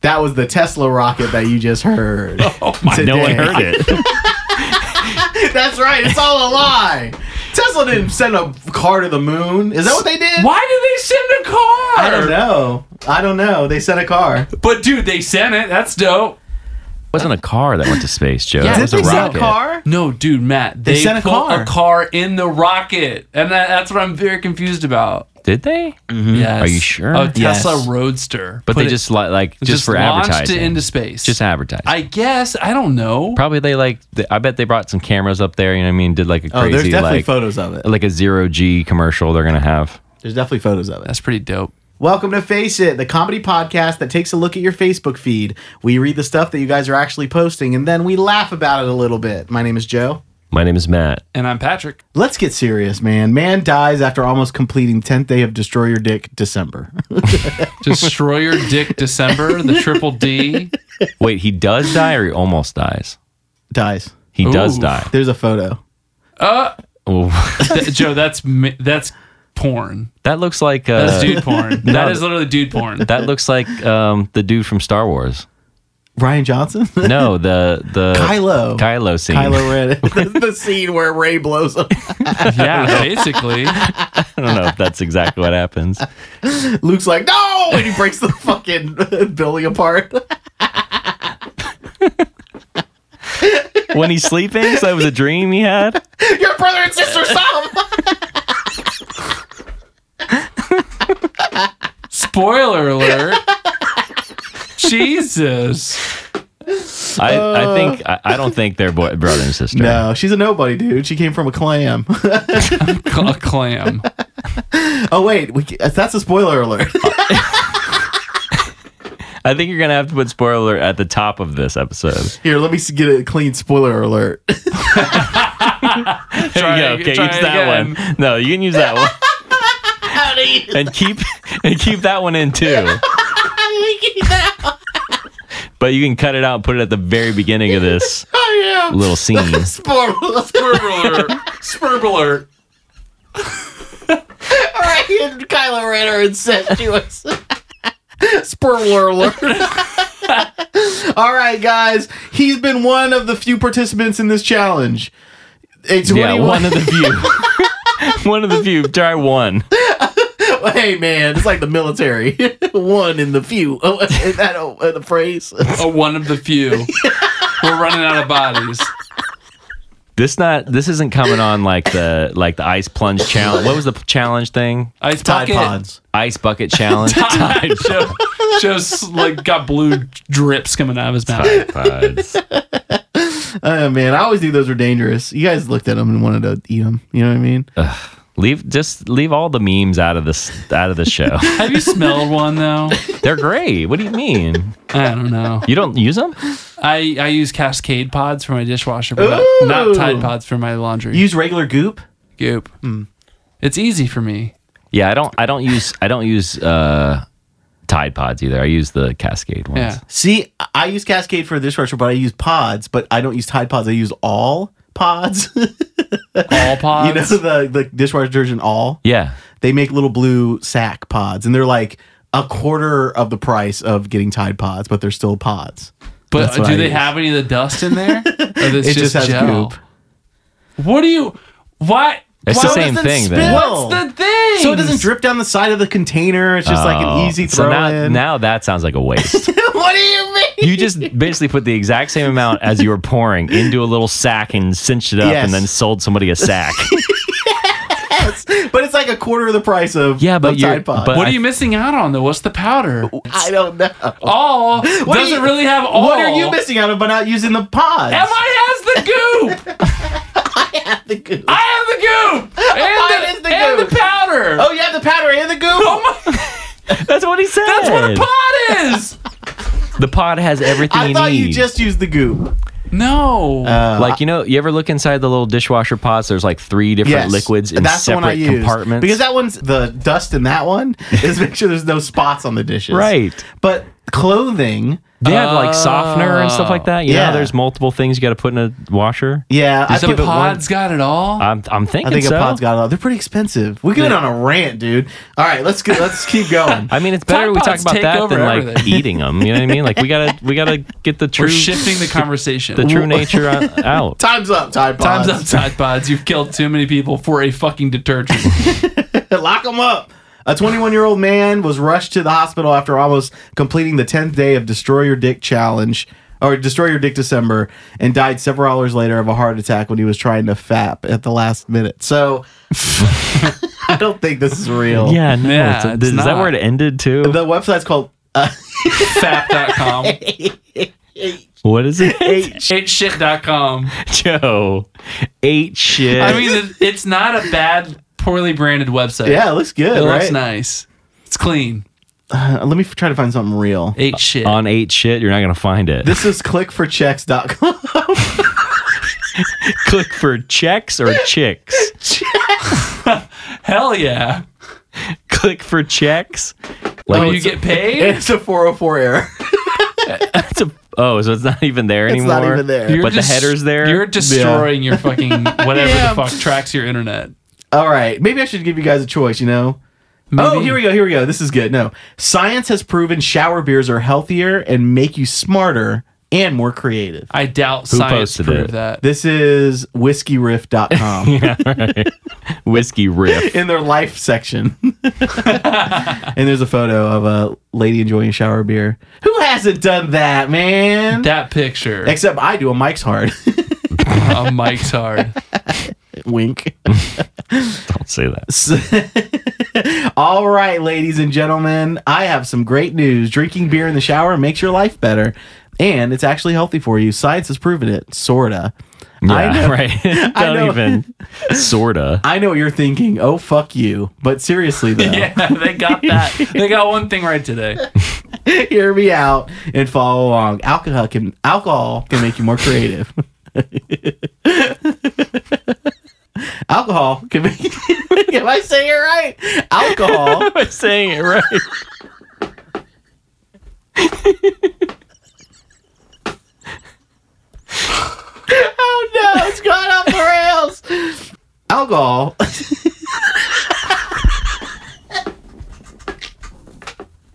That was the Tesla rocket that you just heard. Oh my! Today. No one heard it. That's right. It's all a lie. Tesla didn't send a car to the moon. Is that what they did? Why did they send a car? I don't know. I don't know. They sent a car. But dude, they sent it. That's dope. wasn't a car that went to space, Joe. Yeah, it was did a they send rocket. a car? No, dude, Matt, they, sent a put car. a car in the rocket, and that, that's what I'm very confused about. Did they? Yes. Mm-hmm. Are you sure? A Tesla Yes. Roadster, But Put they it- just li- like just, for launched advertising. it into space. just advertising. I guess I don't know. Probably they like. th- I bet they brought some cameras up there. You know what I mean? Did like a Oh, there's crazy definitely like photos of it. like a zero G commercial. They're gonna have. There's definitely photos of it. That's pretty dope. Welcome to Face It, the comedy podcast that takes a look at your Facebook feed. We read the stuff that you guys are actually posting and then we laugh about it a little bit. My name is Joe. My name is Matt. And I'm Patrick. Let's get serious, man. Man dies after almost completing 10th day of Destroy Your Dick December. Destroyer Dick December, the triple D. Wait, he does die or he almost dies. dies. He does Ooh. die. There's a photo. Ooh. Uh, Th- Joe, that's mi- that's porn. that looks like uh, That's dude porn. that is literally dude porn. That looks like um, the dude from Star Wars. Ryan Johnson? No, the the Kylo. Kylo scene. Kylo Ren. the, the scene where Ray blows up. yeah, basically. I don't know if that's exactly what happens. Luke's like, no! And he breaks the fucking building apart. When he's sleeping, so that was a dream he had. Your brother and sister, stop! Spoiler alert. Jesus. I, Uh. I think I, I don't think they're boy, brother and sister. No, she's a nobody, dude. She came from a clam. A clam. oh, wait. We, ca- that's a spoiler alert. I think you're gonna have to put spoiler alert at the top of this episode. Here, let me s- get a clean spoiler alert. Try Yeah, it- okay, try use it that again. one. No, you can use that one. and keep and keep that one in too. But you can cut it out and put it at the very beginning of this oh, yeah. little scene. Spoiler alert. Spurb alert. Spurb alert. Ray and Kylo Ren are incestuous. Spoiler alert. All right, guys. He's been one of the few participants in this challenge. A 21. Yeah, one of the few. one of the few. Try one. hey, man. It's like the military. one in the few. Oh, is that a, uh, the phrase? A one of the few. We're running out of bodies. This not this isn't coming on like the like the ice plunge challenge. What was the p- challenge thing? Ice Tide bucket. Pods. Ice bucket challenge. Tide. Joe, Joe's like got blue drips coming out of his mouth. Tide pods. Oh, man. I always knew those were dangerous. You guys looked at them and wanted to eat them. You know what I mean? Uh-huh. Leave just leave all the memes out of this out of the show. Have you smelled one though? They're great. What do you mean? I don't know. You don't use them? I, I use Cascade pods for my dishwasher, but not- Ooh. not, Tide pods for my laundry. Use regular goop. Goop. Mm. It's easy for me. Yeah, I don't. I don't use. I don't use uh, Tide Pods either. I use the Cascade ones. Yeah. See, I- I use Cascade for the dishwasher, but I use pods, but I don't use Tide Pods. I use all pods. All pods. You know the the dishwasher detergent all. Yeah. They make little blue sack pods, and they're like a quarter of the price of getting Tide pods, but they're still pods. but That's what do I they use. have any of the dust in there? Or this It just has gel? goop. What do you? What? It's the what same doesn't thing. spill? Then. What's the thing? So it doesn't drip down the side of the container. It's just like Oh, an easy throw so now, in. now that sounds like a waste. what do you mean? you just basically put the exact same amount as you were pouring into a little sack and cinched it up, Yes. and then sold somebody a sack. But it's like a quarter of the price of Yeah, but of you're- Tide pods. but- What I- are you missing out on though? What's the powder? I don't know. All doesn't What are you- really have all. What Oh. are you missing out of by not using the pods? Am I has the goop? the goop? I have the goop Mine and is the, the and goop. the powder. Oh, you have the powder and the goop. Oh my! That's what he said. That's what a pod is. The pod has everything I you thought need. you just used the goop. No. Uh, like you know, you ever look inside the little dishwasher pods? There's like three different Yes. liquids in separate use. compartments. Because that one's the dust in that one is make sure there's no spots on the dishes. right. But clothing They have like softener and stuff like that. You Oh. Yeah. know, there's multiple things you got to put in a washer. Yeah, I So give it one. uh, Pod's got it all. I'm, I'm thinking I think so. a pod's got it all. They're pretty expensive. We going on a rant, dude. All right, let's get, let's keep going. I mean, it's better we talk pods about take that over than like everything. eating them. You know what I mean? Like we gotta we gotta get the true We're shifting the conversation. the true nature on, out. Time's up. Tide pods. Time's up, Tide Pods. You've killed too many people for a fucking detergent. Lock him up. A 21 year old man was rushed to the hospital after almost completing the 10th day of Destroy Your Dick Challenge, or Destroy Your Dick December, and died several hours later of a heart attack when he was trying to fap at the last minute. So I don't think this is real. Yeah, no. Yeah, it's- it's is that not. where it ended too? The website's called uh, Fap.com. what is it? H. Hateshit.com. Joe ate shit. I mean, it- it's not a bad, poorly branded website. Yeah, it looks good, It looks right? nice. It's clean. Uh, let me f- try to find something real. Ate shit. on ate shit, you're not gonna find it. This is clickforchecks.com. Click for checks or chicks. Hell yeah. Click for checks. Like Oh, you it's- get paid? It's a 404 error. it's a- oh, so it's not even there It's anymore. not even there. You're but the just- header's there? You're destroying your fucking whatever the fuck tracks your internet. All right. Maybe I should give you guys a choice, you know? Oh, Maybe. here we go. Here we go. This is good. No. Science has proven shower beers are healthier and make you smarter and more creative. I doubt science posted proved it? that. This is whiskeyriff.com Whiskey riff. in their life section. and there's a photo of a lady enjoying a shower beer. Who hasn't done that, man? That picture Except I do a Mike's hard. on Mike's hard. Wink. Don't say that. All right, ladies and gentlemen, I have some great news. Drinking beer in the shower makes your life better, and it's actually healthy for you. Science has proven it, sorta. I Yeah, know. right. Don't know. even. Sorta. I know what you're thinking. Oh, fuck you. But seriously, Oh. though, Yeah, they got that. They got one thing right today. hear me out and follow along. Alcohol can alcohol can make you more creative. alcohol can make. Am I saying it right? Alcohol Am I saying it right? Oh no, it's gone off the rails. Alcohol.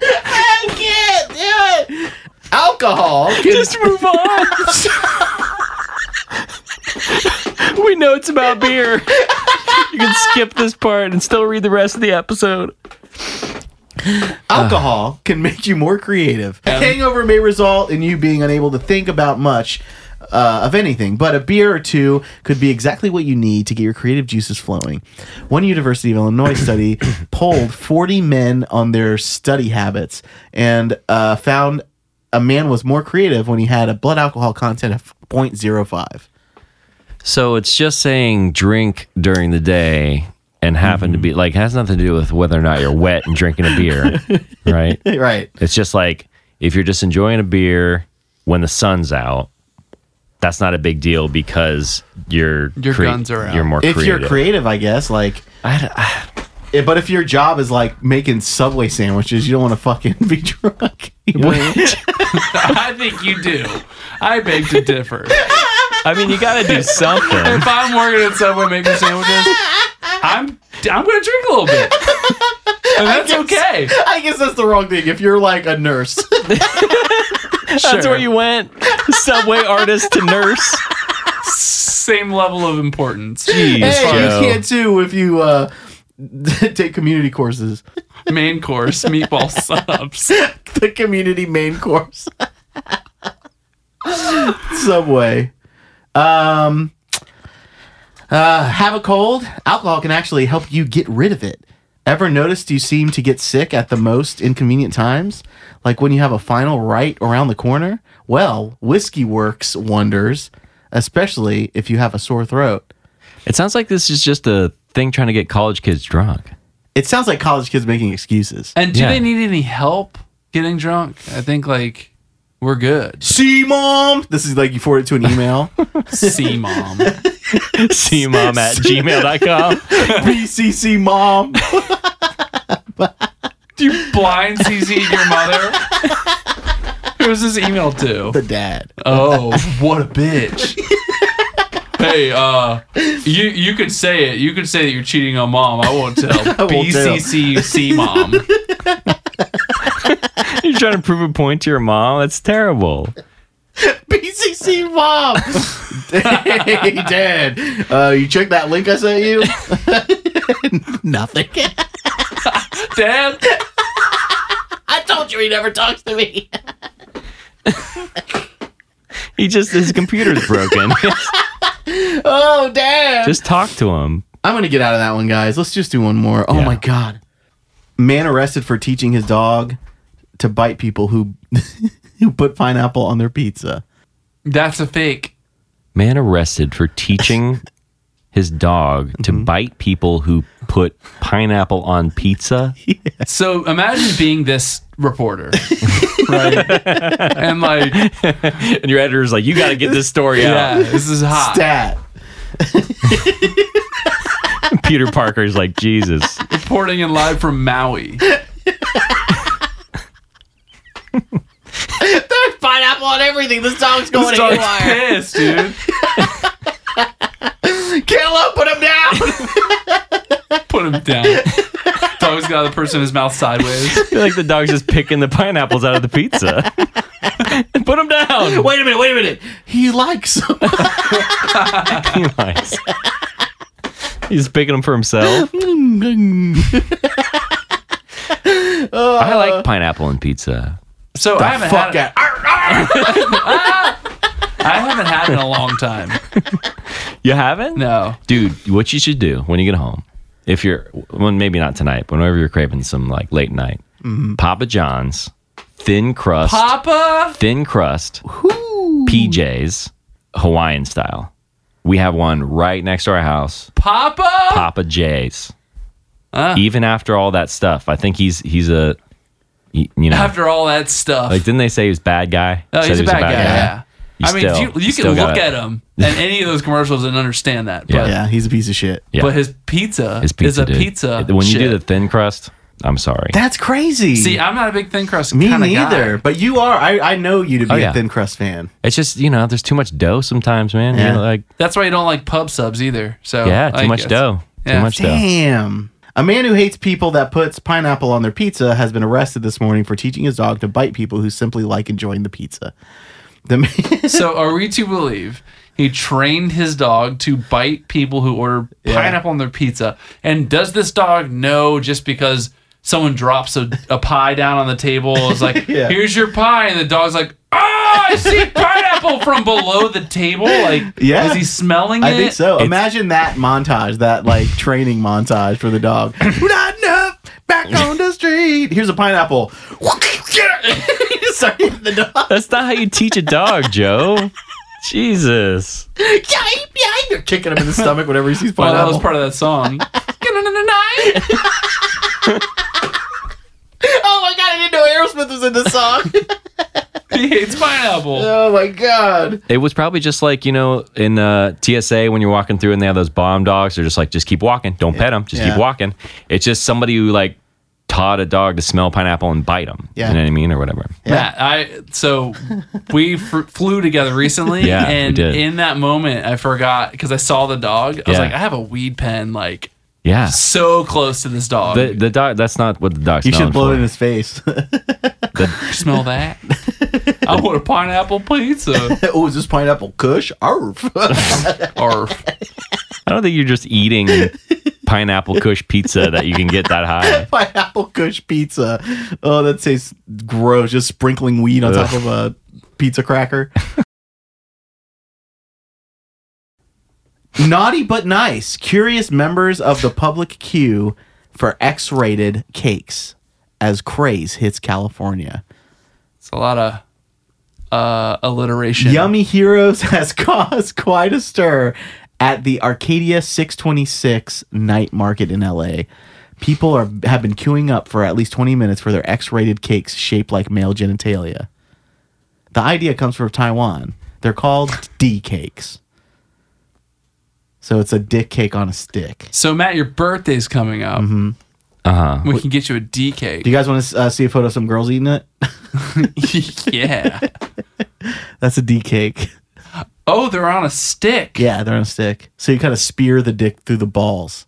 I can't do it. Alcohol. Can, Just move on. we know it's about beer. You can skip this part and still read the rest of the episode. alcohol can make you more creative. A hangover may result in you being unable to think about much uh, of anything, but a beer or two could be exactly what you need to get your creative juices flowing. One University of Illinois study polled 40 men on their study habits and uh, found a man was more creative when he had a blood alcohol content of 0.05. So it's just saying drink during the day and happen to be like has nothing to do with whether or not you're wet and drinking a beer, right? Right. It's just like if you're just enjoying a beer when the sun's out, that's not a big deal because you're Your guns are out. You're more If creative. you're creative, I guess, like. Eh, but if your job is like making Subway sandwiches, you don't want to fucking be drunk. You know what I mean? I think you do. I beg to differ. I mean, you got to do something. If I'm working at Subway making sandwiches, I'm I'm gonna drink a little bit. And that's okay. I guess that's the wrong thing. If you're like a nurse, That's Sure. where you went. Subway artist to nurse. Same level of importance. Jeez, hey, Joe. you can too if you uh, take community courses. Main course, meatball subs. the community main course. Subway. Um, uh, have a cold? Alcohol can actually help you get rid of it. Ever noticed you seem to get sick at the most inconvenient times? Like when you have a final right around the corner? Well, whiskey works wonders, especially if you have a sore throat. It sounds like this is just a thing trying to get college kids drunk. It sounds like college kids making excuses. And do Yeah. they need any help getting drunk? I think like we're good. See, mom! This is like you forward it to an email. See, mom. See mom at gmail.com. BCC mom! Do you blind CC your mother? Who was this email to? The dad. Oh, what a bitch. hey, uh, you you could say it. You could say that you're cheating on mom. I won't tell. won't tell. BCCC mom. You're trying to prove a point to your mom. That's terrible. BCC mom. hey, dad. Uh, you check that link I sent you? Nothing. Dad, I told you he never talks to me. He just his computer's broken. Oh, dad. just talk to him. I'm gonna get out of that one, guys. Let's just do one more. Oh Yeah. my god. Man arrested for teaching his dog to bite people who who put pineapple on their pizza. that's a fake. Man arrested for teaching his dog to bite people who put pineapple on pizza. So imagine being this reporter, right? and like, And your editor's like, "You got to get this story yeah, this is hot. Stat. out." Peter Parker's like, "Jesus." Reporting in live from Maui. There's pineapple on everything. This dog's going This dog's haywire. pissed, dude. Kill him, put him down. Put him down. Dog's got the person in his mouth sideways. I feel like the dog's just picking the pineapples out of the pizza. Put them down. wait a minute, wait a minute. He likes him. Nice. He's picking them for himself. I like pineapple and pizza. So I haven't Fuck out. had Arr, arr. I haven't had it in a long time. You haven't? No. Dude, what you should do when you get home, if you're, well, maybe not tonight, but whenever you're craving some like late night, Mm-hmm. Papa John's, thin crust, Papa. thin crust, PJs, Hawaiian style. We have one right next to our house, Papa. Papa J's. Ah. Even after all that stuff, I think he's he's a, he- you know, After all that stuff. like didn't they say he was a bad guy? oh, Said he's he a was bad, guy. Yeah. You I mean, still- you, you you can still look gotta- at him in any of those commercials and understand that. But, Yeah, he's a piece of shit. Yeah. but his pizza, His pizza, is a dude. pizza. When you do the shit. thin crust, I'm sorry. That's crazy. see, I'm not a big thin crust. me kinda neither. Guy. But you are. I, I know you to be Oh, yeah. a thin crust fan. It's just you know, there's too much dough sometimes, man. Yeah. You know, like That's why you don't like pub subs either. Oh, So yeah, I too much guess. dough, Yeah. too much dough. Damn. A man who hates people that puts pineapple on their pizza has been arrested this morning for teaching his dog to bite people who simply like enjoying the pizza. The man, So are we to believe he trained his dog to bite people who order pineapple on their pizza? And does this dog know just because someone drops a, a pie down on the table is like, Yeah. here's your pie, and the dog's like, oh, I see pineapple from below the table. Like, Yeah. is he smelling it? I think so. Imagine that montage, that like training montage for the dog. Riding up back on the street. Here's a pineapple. Sorry, the dog. That's not how you teach a dog, Joe. Jesus. You're kicking him in the stomach whenever he sees Well, that pineapple. was part of that song. oh my god, I didn't know Aerosmith was in the song. he hates pineapple. oh my god. It was probably just like, you know, in uh, TSA when you're walking through and they have those bomb dogs. They're just like, just keep walking. Don't pet them. Just Yeah. keep walking. It's just somebody who like taught a dog to smell pineapple and bite them. Yeah. You know what I mean? Or whatever. Matt, I so we fr- flew together recently, Yeah, we and did. in that moment, I forgot because I saw the dog. I was Yeah. like, I have a weed pen, like Yeah. so close to this dog. The, the dog, that's not what the dog's You should known blow for. it in his face. Smell that? I want a pineapple pizza. oh, is this pineapple kush? Arf. Or I don't think you're just eating pineapple kush pizza that you can get that high. pineapple kush pizza. Oh, that tastes gross. Just sprinkling weed on Ugh. top of a pizza cracker. Naughty but nice. Curious members of the public queue for X-rated cakes as craze hits California. it's a lot of uh, alliteration. Yummy Heroes has caused quite a stir at the Arcadia 626 night market in LA. People are have been queuing up for at least 20 minutes for their X-rated cakes shaped like male genitalia. The idea comes from Taiwan. They're called D cakes. So it's a dick cake on a stick. So Matt, your birthday's coming up. Uh huh. We can get you a D cake. Do you guys want to uh, see a photo of some girls eating it? yeah. That's a D cake. Oh, they're on a stick. Yeah, they're on a stick. So you kind of spear the dick through the balls.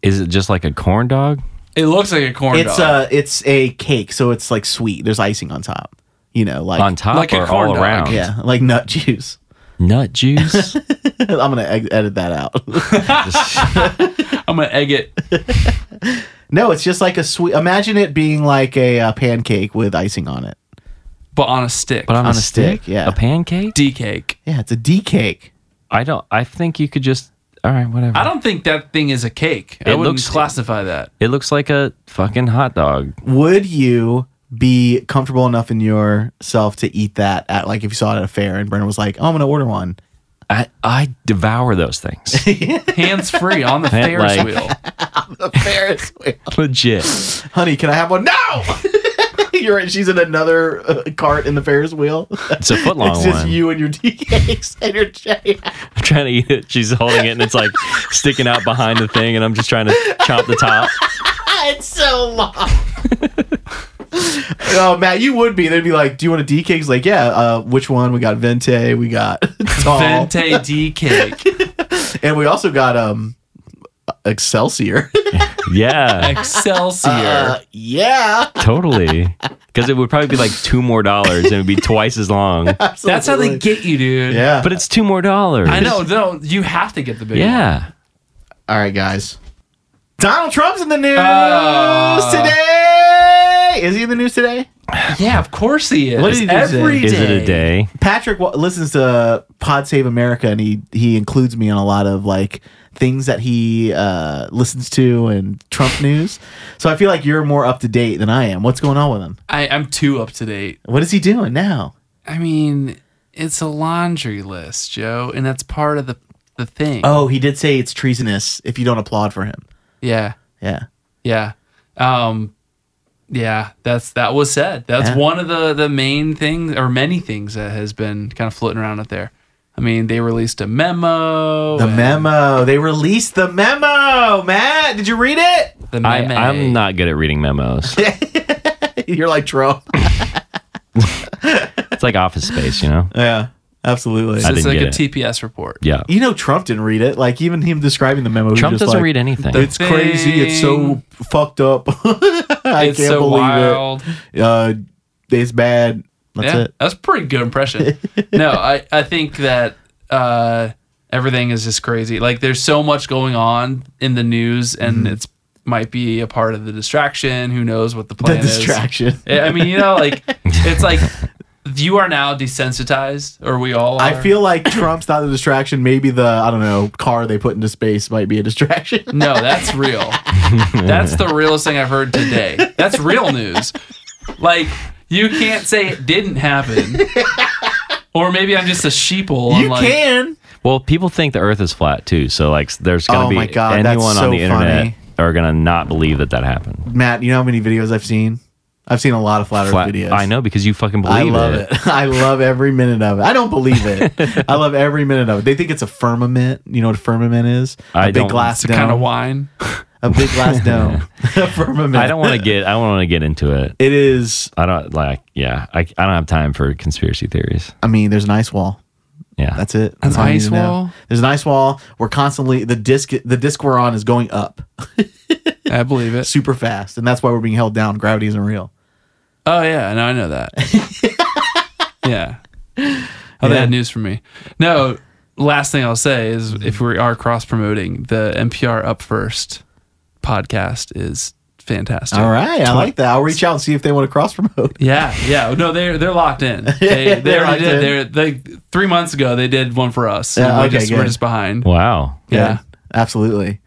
Is it just like a corn dog? It looks like a corn it's dog. a it's a cake, so it's like sweet. There's icing on top. You know, like On top like a or corn all dog. around? Yeah, like nut juice. Nut juice. I'm gonna ed- edit that out. uh, I'm gonna egg it. no, it's just like a sweet. Imagine it being like a uh, pancake with icing on it. but on a stick. But on, a stick, yeah. A pancake? D cake. Yeah, it's a D cake. I don't. I think you could just. All right, whatever. I don't think that thing is a cake. I It wouldn't looks- classify that. It looks like a fucking hot dog. Would you be comfortable enough in yourself to eat that at like if you saw it at a fair and Brennan was like, oh, I'm gonna order one. I I devour those things. Hands free on the Hand- Ferris like- wheel. The Ferris wheel. Legit. Honey, can I have one? No. You're right. She's in another uh, cart in the Ferris wheel. It's a foot long It's just one. you and your D cakes and your jelly. I'm trying to eat it. She's holding it and it's like sticking out behind the thing, and I'm just trying to chomp the top. Ah, it's so long. oh, Matt, you would be. They'd be like, "Do you want a D cake?" He's like, "Yeah." Uh, which one? We got vente. We got tall, Vente D cake. and we also got um Excelsior. Yeah, Excelsior. Uh, yeah, totally. Because it would probably be like two more dollars, and it'd be twice as long. That's how they absolutely. get you, dude. Yeah. But it's two more dollars. I know. No, you have to get the big one. Yeah. All right, guys. Donald Trump's in the news Uh. today. Is he in the news today? Yeah, of course he is. What did he do Every today? Is it a day? Patrick wa listens to Pod Save America, and he he includes me on a lot of like things that he uh, listens to and Trump news. So I feel like you're more up to date than I am. What's going on with him? I, I'm too up to date. What is he doing now? I mean, it's a laundry list, Joe, and that's part of the the thing. Oh, he did say it's treasonous if you don't applaud for him. Yeah, Yeah, yeah, um, yeah. That's that was said. That's Yeah. one of the the main things or many things that has been kind of floating around out there. I mean, they released a memo. the and memo. They released the memo. Matt, did you read it? The I, memo. I'm not good at reading memos. You're like Trump. It's like office space, you know? yeah, absolutely. I It's didn't like get a it. TPS report. Yeah. You know, Trump didn't read it. Like even him describing the memo. he was Trump just doesn't like, read anything. It's crazy. It's so fucked up. I it's can't so believe wild. it. Uh, it's bad. That's yeah, it. That's a pretty good impression. no, I, I think that uh, everything is just crazy. Like there's so much going on in the news, and Mm-hmm. it's might be a part of the distraction. Who knows what the The plan is? distraction. I I mean, you know, like it's like you are now desensitized, or we all. Are. I feel like Trump's not the distraction. Maybe the I don't know car they put into space might be a distraction. no, that's real. that's the realest thing I've heard today. That's real news. Like you can't say it didn't happen. Or maybe I'm just a sheeple. you I'm like, can. Well, people think the Earth is flat too, so like there's gonna Oh be my God, that's anyone so on the internet funny. are gonna not believe that that happened. Matt, you know how many videos I've seen? I've seen a lot of flat, Flat, Earth videos. I know because you fucking believe I love it. I love every minute of it. I don't believe it. I love every minute of it. They think it's a firmament. You know what a firmament is? A I big don't. glass It's dome. a kind of wine. a big glass dome. a firmament. I don't want to get. I don't want to get into it. It is. I don't like. Yeah, I, I don't have time for conspiracy theories. I mean, there's an ice wall. Yeah, That's it. That's An all you ice need to know. wall? There's an ice wall. We're constantly the disc. The disc we're on is going up I believe it. super fast, and that's why we're being held down. Gravity isn't real. Oh yeah, no, I know that. yeah. Oh, they Yeah. had news for me. No, last thing I'll say is Mm-hmm. if we are cross promoting, the NPR Up First podcast is fantastic. All right, I like that. I'll reach out and see if they want to cross promote. Yeah, yeah. No, they're they're locked in. They, they They're already locked did. They're they three months ago they did one for us. Yeah, and we're, okay, just, we're good. just behind. wow. Yeah. absolutely.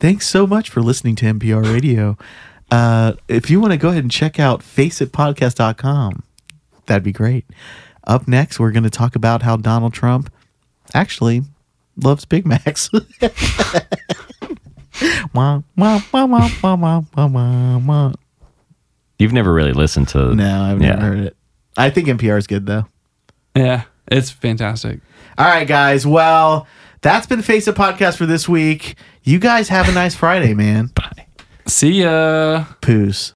Thanks so much for listening to NPR Radio. Uh, if you want to go ahead and check out faceitpodcast.com, that'd be great. Up next, we're going to talk about how Donald Trump actually loves Big Macs. Wah, wah, wah, wah, wah, wah, wah, wah, wah. You've never really listened to. no, I've never Yeah. heard it. I think NPR is good, though. Yeah. It's fantastic. All right, guys. Well, that's been Face It Podcast for this week. You guys have a nice Friday, man. Bye. See ya. Poos.